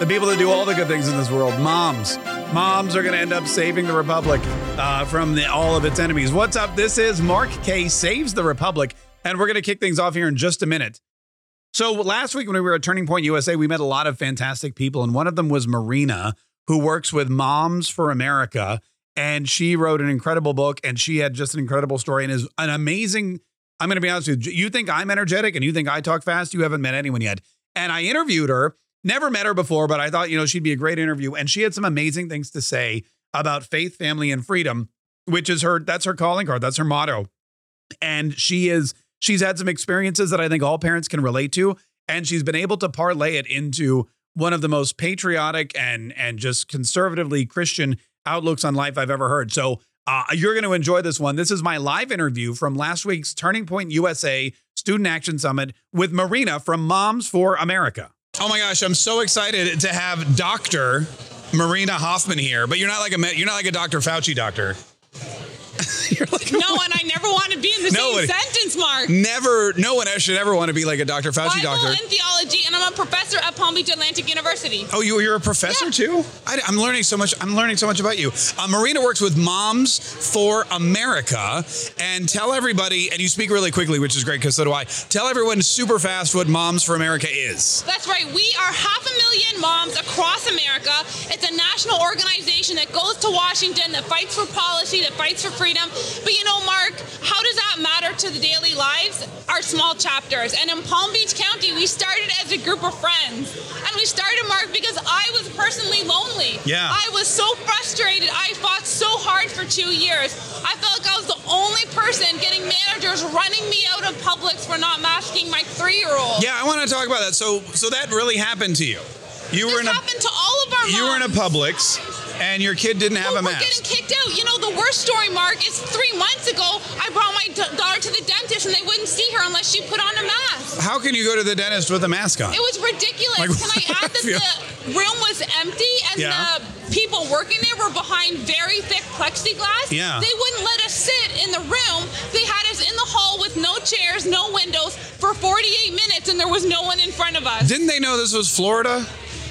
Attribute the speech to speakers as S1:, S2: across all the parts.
S1: The people that do all the good things in this world, moms. Moms are going to end up saving the republic uh, from the, all of its enemies. What's up? This is Mark K saves the republic, and we're going to kick things off here in just a minute. So last week when we were at Turning Point USA, we met a lot of fantastic people, and one of them was Marina, who works with Moms for America, and she wrote an incredible book, and she had just an incredible story, and is an amazing. I'm going to be honest with you. You think I'm energetic, and you think I talk fast. You haven't met anyone yet, and I interviewed her. Never met her before, but I thought you know she'd be a great interview, and she had some amazing things to say about faith, family, and freedom, which is her. That's her calling card. That's her motto and she is she's had some experiences that I think all parents can relate to and she's been able to parlay it into one of the most patriotic and and just conservatively Christian outlooks on life I've ever heard. So uh, you're going to enjoy this one. This is my live interview from last week's Turning Point USA Student Action Summit with Marina from Moms for America. Oh my gosh, I'm so excited to have Dr. Marina Hoffman here. But you're not like a you're not like a Dr. Fauci doctor. you're like
S2: No, and I never want to be in the
S1: No,
S2: same
S1: it-
S2: sentence, Mark.
S1: never no one should ever want to be like a Dr. Fauci
S2: Bible
S1: doctor.
S2: and theology, and I'm a professor at Palm Beach Atlantic University.
S1: Oh, you, you're a professor
S2: Yeah.
S1: too? I, am learning so much. I'm learning so much about you. Uh, Marina works with Moms for America, and tell everybody. And you speak really quickly, which is great because so do I. Tell everyone super fast what Moms for America is.
S2: That's right. We are half a million moms across America. It's a national organization that goes to Washington, that fights for policy, that fights for freedom. But you know, Mark, how does that matter to the daily lives? Our small chapters. And in Palm Beach County, we started as a group of friends. And we started, Mark, because I was personally lonely.
S1: Yeah.
S2: I was so frustrated. I fought so hard for two years. I felt like I was the only person getting managers running me out of Publix for not masking my three-year-old.
S1: Yeah, I want to talk about that. So, so that really happened to you. You were
S2: This
S1: in a
S2: happened to all of our moms.
S1: you were in a Publix, and your kid didn't have
S2: Well,
S1: a
S2: we're
S1: mask.
S2: getting kicked out. You know, the worst story, Mark, is three months ago, I brought my d- daughter to the dentist and they wouldn't see her unless she put on a mask.
S1: How can you go to the dentist with a mask on?
S2: It was ridiculous.
S1: Like,
S2: Can I add that
S1: yeah.
S2: the room was empty and
S1: Yeah.
S2: the people working there were behind very thick plexiglass?
S1: Yeah.
S2: They wouldn't let us sit in the room. They had us in the hall with no chairs, no windows for 48 minutes and there was no one in front of us.
S1: didn't they know this was Florida?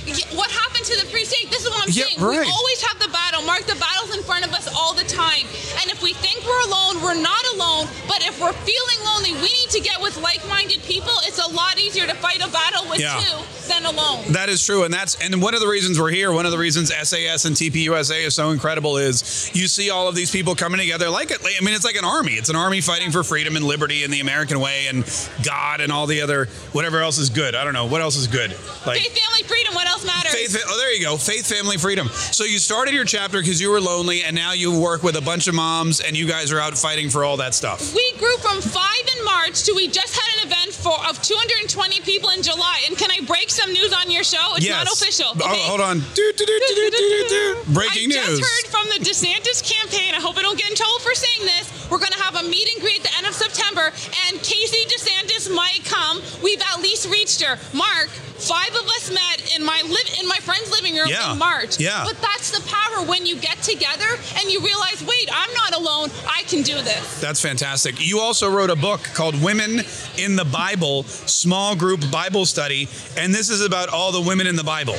S2: Yeah, what happened to the free state? This is what I'm
S1: Yeah,
S2: saying.
S1: right.
S2: We always have the battle. Mark, the battle's in front of us all the time. And if we think we're alone, we're not alone. But if we're feeling lonely, we need to get with like-minded people. It's a lot easier to fight a battle with
S1: Yeah.
S2: two than alone.
S1: That is true, and that's and one of the reasons we're here. One of the reasons SAS and TPUSA is so incredible is you see all of these people coming together. Like it, I mean, it's like an army. It's an army fighting for freedom and liberty and the American way and God and all the other whatever else is good. I don't know what else is good. Like
S2: Faith, family, freedom. What else matters?
S1: faith. Oh, there you go. Faith, family, freedom. So you started your chapter because you were lonely, and now you work with a bunch of moms, and you guys are out fighting for all that stuff.
S2: We grew from five in March to we just had an event for of 220 people in July. And can I break some news on your show? It's not official.
S1: Oh,
S2: okay?
S1: hold on. Doo, doo, doo, doo, doo, doo, doo, doo. Breaking
S2: I
S1: news.
S2: just heard from the DeSantis campaign. I hope I don't get in trouble for saying this. We're going to have a meet and greet at the end of September, and Casey DeSantis might come. We've at least reached her. Mark, five of us met in my li- in my friend's living room
S1: Yeah.
S2: in March.
S1: Yeah.
S2: But that's the power when you get together and you realize, wait, I'm not alone. I can do this.
S1: That's fantastic. You also wrote a book called Women in the Bible Small Group Bible Study, and this is about all the women in the Bible.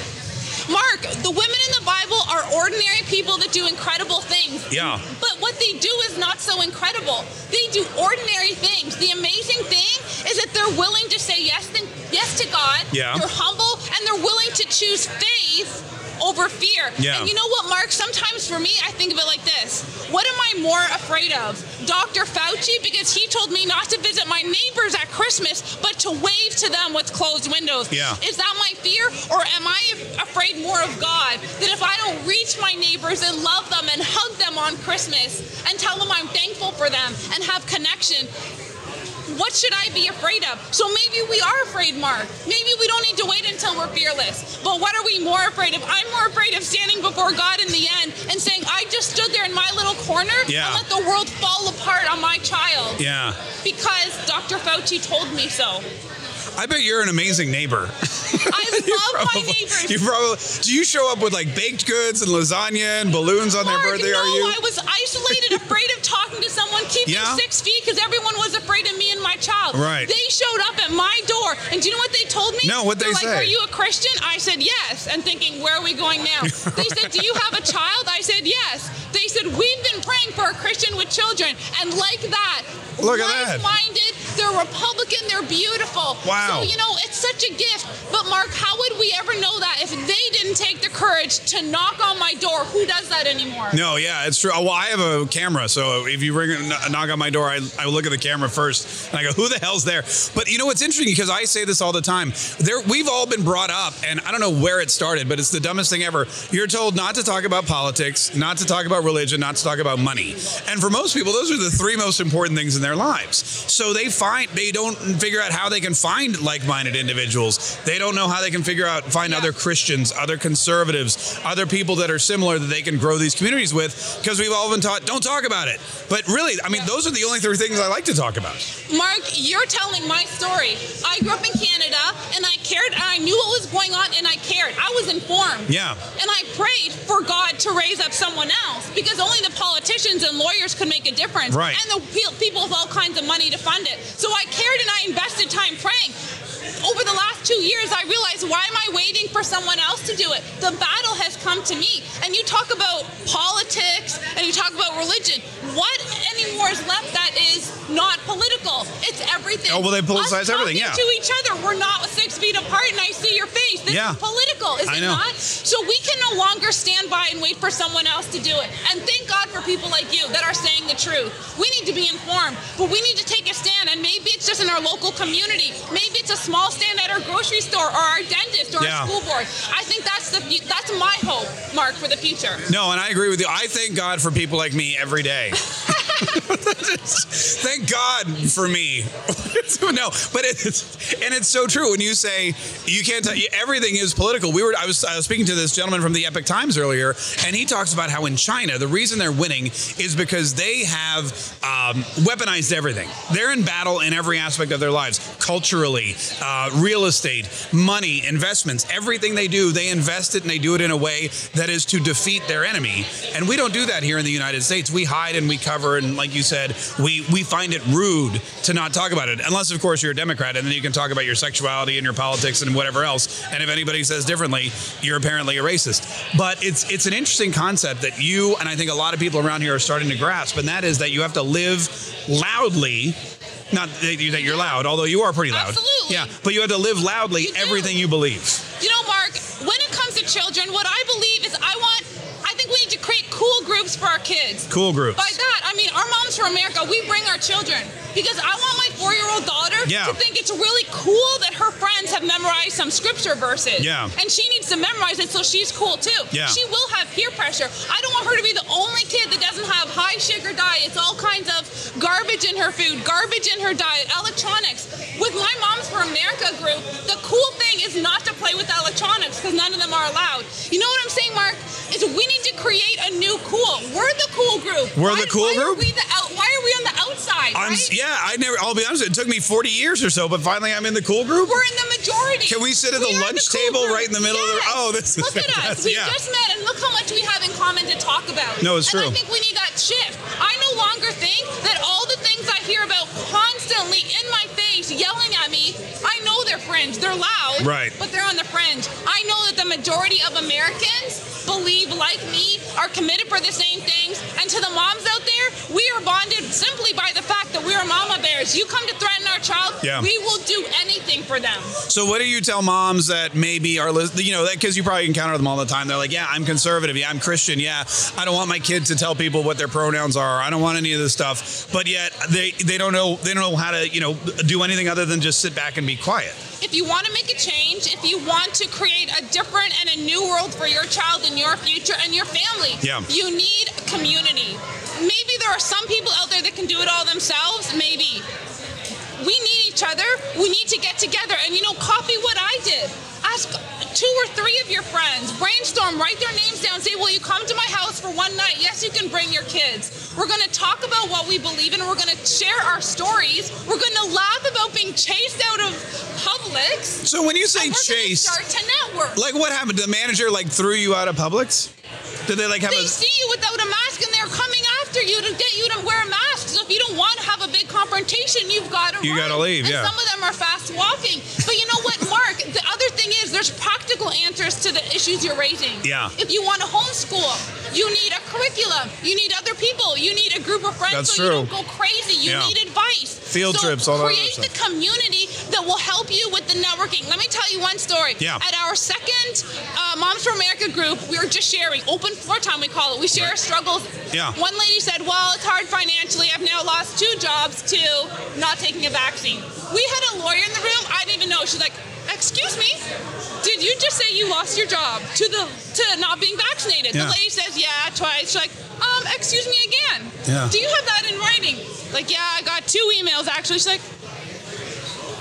S2: Mark, the women in the Bible are ordinary people that do incredible things.
S1: Yeah.
S2: But what they do is not so incredible. They do ordinary things. The amazing thing is that they're willing to say yes, to yes to God.
S1: Yeah.
S2: They're humble and they're willing to choose faith over fear.
S1: Yeah.
S2: And you know what, Mark? Sometimes for me, I think of it like this. What am I more afraid of? Dr. Fauci, because he told me not to visit my neighbors at Christmas, but to wave to them with closed windows.
S1: Yeah.
S2: Is that my fear, or am I afraid more of God? That if I don't reach my neighbors and love them and hug them on Christmas and tell them I'm thankful for them and have connection, what should I be afraid of? So maybe we are afraid, Mark. Maybe we don't need to wait until we're fearless. But what are we more afraid of? I'm more afraid of standing before God in the end and saying, I just stood there in my little corner
S1: Yeah.
S2: and let the world fall apart on my child
S1: Yeah.
S2: because Dr. Fauci told me so.
S1: I bet you're an amazing neighbor.
S2: I love my
S1: Probably-
S2: neighbors.
S1: You probably do. You show up with like baked goods and lasagna and balloons on their
S2: Mark,
S1: birthday?
S2: no,
S1: are you?
S2: I was isolated, afraid of talking to someone, keeping
S1: Yeah.
S2: six feet because everyone was afraid of me and my child.
S1: Right.
S2: They showed up at my door, and do you know what they told me?
S1: No, what'd they
S2: They're
S1: say?
S2: Like, are you a Christian? I said yes, and thinking, where are we going now? they said, do you have a child? I said yes. They said, we've been praying for a Christian with children, and like that.
S1: Look at that.
S2: Minded, they're Republican, they're beautiful.
S1: Wow.
S2: So, you know, it's such a gift. But, Mark, how would we ever know that if they didn't take the courage to knock on my door? Who does that anymore?
S1: No, yeah, it's true. Well, I have a camera, so if you ring kn- knock on my door, I, I look at the camera first, and I go, "Who the hell's there?" But you know what's interesting because I say this all the time. There, we've all been brought up, and I don't know where it started, but it's the dumbest thing ever. You're told not to talk about politics, not to talk about religion, not to talk about money, and for most people, those are the three most important things in their lives. So they find they don't figure out how they can find like-minded individuals. They don't know how they can figure out find other Christians, other conservatives, other people that are similar that they can grow these communities with because we've all been taught don't talk about it. But really, I mean, those are the only three things I like to talk about.
S2: Mark, you're telling my story. I grew up in Canada and I cared and I knew what was going on and I cared. I was informed.
S1: Yeah.
S2: And I prayed for God to raise up someone else because only the politicians and lawyers could make a difference.
S1: Right.
S2: And the pe- people with all kinds of money to fund it. So I cared and I invested time praying. Over the last two years, I realized why am I waiting for someone else to do it? The battle has come to me. And you talk about politics and you talk about religion. What anymore is left that is not political? It's everything.
S1: Oh, well, they politicize
S2: Us
S1: everything,
S2: talking
S1: yeah.
S2: To each other, we're not six feet apart, and I see your face. This
S1: Yeah.
S2: is political, is
S1: I
S2: it
S1: know.
S2: not? So we can no longer stand by and wait for someone else to do it. And thank God for people like you that are saying the truth. We need to be informed, but we need to take a stand. And maybe it's just in our local community. Maybe it's a small stand at our grocery store or our dentist or
S1: Yeah.
S2: our school board. I think that's the fu- that's my hope, Mark, for the future.
S1: No, and I agree with you. I thank God for people like me every day. thank God for me. no, but it's and it's so true when you say you can't. Tell, everything is political. We were I was I was speaking to this gentleman from the Epic Times earlier, and he talks about how in China the reason they're winning is because they have um, weaponized everything. They're in battle in every aspect of their lives, culturally, uh, real estate, money, investments. Everything they do, they invest it and they do it in a way that is to defeat their enemy. And we don't do that here in the United States. We hide and we cover, and like you said, we we find it rude to not talk about it, unless of course you're a Democrat, and then you can talk about your sexuality and your politics and whatever else. And if anybody says differently, you're apparently a racist. But it's it's an interesting concept that you and I think a lot of people around here are starting to grasp, and that is that you have to live loudly. Not that you- that you're loud, although you are pretty loud.
S2: Absolutely.
S1: Yeah, but you have to live loudly
S2: You do.
S1: everything you believe.
S2: You know, Mark, when it comes to children, what I believe is I want, I think we need to create cool groups for our kids.
S1: Cool groups.
S2: By that, I mean our moms for America. We bring our children because I want my four-year-old daughter
S1: Yeah.
S2: to think it's really cool that her friends have memorized some scripture verses.
S1: Yeah.
S2: And she needs to memorize it so she's cool too.
S1: Yeah.
S2: She will have peer pressure. I don't want her to be the only kid that doesn't have high sugar diets, all kinds of garbage in her food, garbage in her diet, electronics. With my Moms for America group, the cool thing is not to play with electronics because none of them are allowed. You know what I'm saying, Mark? Is we need to create a new cool. We're the cool group.
S1: We're
S2: Why-
S1: the cool
S2: why
S1: group?
S2: Are we the out, why are we on the outside?
S1: I'm
S2: right?
S1: yeah, I never. I'll be honest. It took me 40 years or so, but finally I'm in the cool group.
S2: We're in the majority.
S1: Can we sit at the
S2: are
S1: lunch
S2: cool
S1: table
S2: group.
S1: right in the middle of the-
S2: Yes.
S1: Oh, this is
S2: look at us.
S1: fantastic.
S2: We
S1: Yeah.
S2: just met, and look how much we have in common to talk about.
S1: No, it's
S2: and
S1: true.
S2: I think we need that shift. I no longer think that all the things I hear about constantly in my face, yelling at me. I know they're fringe. They're loud.
S1: Right.
S2: But they're on the fringe. I know that the majority of Americans believe like me are committed for the same things. And to the moms out there, we are bonded simply by the fact that we are mama bears. You come to threaten our child,
S1: Yeah.
S2: we will do anything for them.
S1: So what do you tell moms that maybe are lis- you know that because you probably encounter them all the time? They're like, yeah, I'm conservative, yeah, I'm Christian, yeah, I don't want my kid to tell people what their pronouns are. I don't want any of this stuff. But yet they they don't know they don't know how to you know do anything other than just sit back and be quiet.
S2: If you want to make a change, if you want to create a different and a new world for your child and your future and your family,
S1: Yeah.
S2: you need community. Maybe there are some people out there that can do it all themselves, maybe. We need each other. We need to get together. And you know, copy what I did. Ask two or three of your friends. Brainstorm, write their names down. Say, will you come to my house for one night? Yes, you can bring your kids. We're going to talk about what we believe in. We're going to share our stories. We're going to laugh about being chased out of Publix.
S1: So when you say
S2: And we're gonna
S1: chase,
S2: start to network.
S1: like what happened? The manager like threw you out of Publix? Did they like have
S2: they
S1: a
S2: see you without a mask and they're coming after you to get you to wear a mask. So if you don't want to have a big confrontation, you've got to
S1: You gotta
S2: run.
S1: leave,
S2: And
S1: yeah.
S2: some of them are fast walking. But you know what, Mark? the other thing is there's practical answers to the issues you're raising.
S1: Yeah.
S2: If you want to homeschool, you need a curriculum. You need other people. You need a group of friends
S1: That's
S2: so you
S1: true.
S2: don't go crazy. You
S1: Yeah.
S2: need advice.
S1: Field
S2: so
S1: trips, all that other
S2: create
S1: stuff.
S2: the community that will help you with the networking. Let me tell you one story.
S1: Yeah.
S2: At our second uh, Moms for America group, we were just sharing open floor time. We call it. We share our struggles.
S1: Yeah.
S2: One lady said, "Well, it's hard financially. I've now lost two jobs to not taking a vaccine." We had a lawyer in the room. I didn't even know. She's like, "Excuse me, did you just say you lost your job to the to not being vaccinated?"
S1: Yeah.
S2: The lady says, "Yeah, twice." She's like, "Um, excuse me again.
S1: Yeah.
S2: Do you have that in writing?" Like, "Yeah, I got two emails actually." She's like.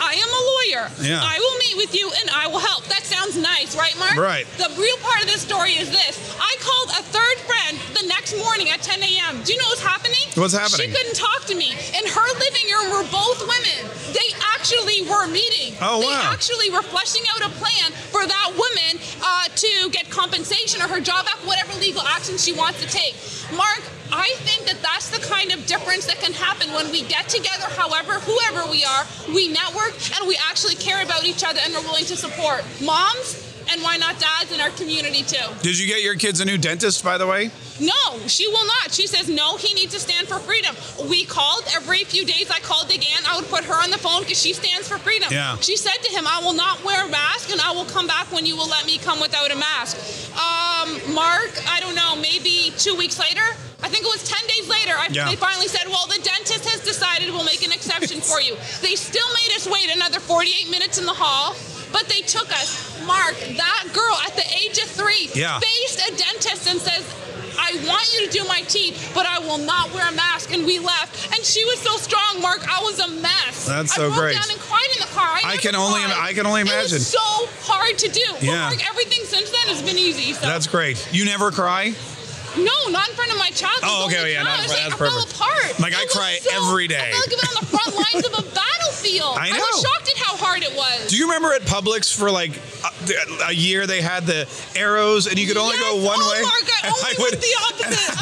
S2: I am a lawyer.
S1: Yeah.
S2: I will meet with you and I will help. That sounds nice, right, Mark?
S1: Right.
S2: The real part of this story is this. I called a third friend the next morning at 10 a.m. Do you know what's happening?
S1: What's happening?
S2: She couldn't talk to me. In her living room were both women. They actually were meeting.
S1: Oh,
S2: they
S1: wow.
S2: actually were fleshing out a plan for that woman uh, to get compensation or her job back, whatever legal action she wants to take. Mark, I think that that's the kind of difference that can happen when we get together, however, whoever we are, we network and we actually care about each other and are willing to support moms and why not dads in our community too.
S1: Did you get your kids a new dentist by the way?
S2: No, she will not. She says, no, he needs to stand for freedom. We called every few days. I called again. I would put her on the phone because she stands for freedom.
S1: Yeah.
S2: She said to him, I will not wear a mask and I will come back when you will let me come without a mask. Um, Mark, I don't know, maybe two weeks later, I think it was 10 days later, I,
S1: Yeah.
S2: they finally said, well, the dentist has decided we'll make an exception for you. They still made us wait another 48 minutes in the hall. But they took us. Mark, that girl at the age of three
S1: Yeah.
S2: faced a dentist and says, I want you to do my teeth, but I will not wear a mask. And we left. And she was so strong, Mark. I was a mess.
S1: That's
S2: I
S1: so
S2: broke
S1: great.
S2: down and cried in the car. I,
S1: I
S2: never
S1: can only-
S2: cried.
S1: I can only
S2: It
S1: imagine.
S2: was so hard to do. But,
S1: Yeah.
S2: Mark, everything since then has been easy. So.
S1: That's great. You never cry?
S2: no, not in front of my child.
S1: Oh,
S2: It's
S1: okay,
S2: only
S1: yeah, not in
S2: child.
S1: front-
S2: It's
S1: that's
S2: like,
S1: perfect.
S2: I fell apart.
S1: Like, I
S2: It was
S1: cry
S2: so-
S1: every day.
S2: I felt like I was on the front lines of a battlefield.
S1: I
S2: I was
S1: know.
S2: shocked at how hard it was.
S1: Do you remember at Publix for like a, a year they had the arrows and you could only go
S2: Yes.
S1: one
S2: Oh,
S1: way?
S2: Mark, I
S1: And
S2: only went the opposite.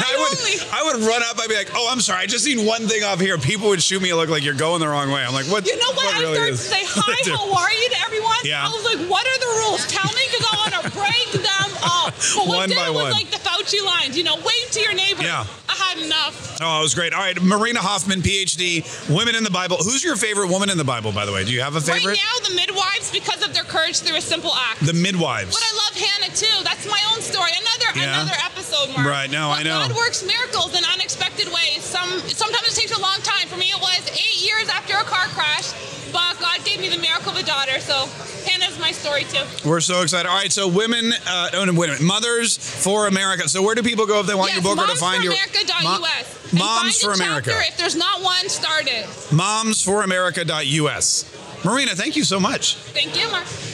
S1: and
S2: I only-
S1: I would I would run up. I'd be like, "Oh, I'm sorry. I just seen one thing off here." People would shoot me a look like you're going the wrong way. I'm like, "What?"
S2: You know what? I
S1: really
S2: started
S1: is?
S2: to say hi,
S1: Dude.
S2: how are you to everyone?
S1: Yeah.
S2: I was like, what are the rules? Tell me because I want to break them up. But what
S1: One
S2: did
S1: by
S2: it
S1: one.
S2: was like the Fauci lines, you know, wave to your neighbor.
S1: Yeah.
S2: I had enough.
S1: Oh, it was great. All right, Marina Hoffman, PhD, Women in the Bible. Who's your favorite woman in the Bible, by the way? Do you have a favorite?
S2: Right now, the midwives, because of their courage through a simple act.
S1: the midwives.
S2: But I love Hannah too. That's my own story. Another
S1: Yeah.
S2: another episode, Mark.
S1: Right, no,
S2: But
S1: I know.
S2: God works miracles in unexpected ways. Some sometimes it takes a long time. For me, it was eight years after a car crash, but God gave me the miracle of a daughter. So Hannah's my story too.
S1: We're so excited. All right, so women, uh, oh, no, wait a minute, mothers for America. So where do people go if they want
S2: yes,
S1: your book or to find your Mo-
S2: momsforamerica.us.
S1: Moms for
S2: and find a
S1: America.
S2: Chapter, if there's not one, start it.
S1: Momsforamerica.us. Marina, thank you so much.
S2: Thank you, Mark.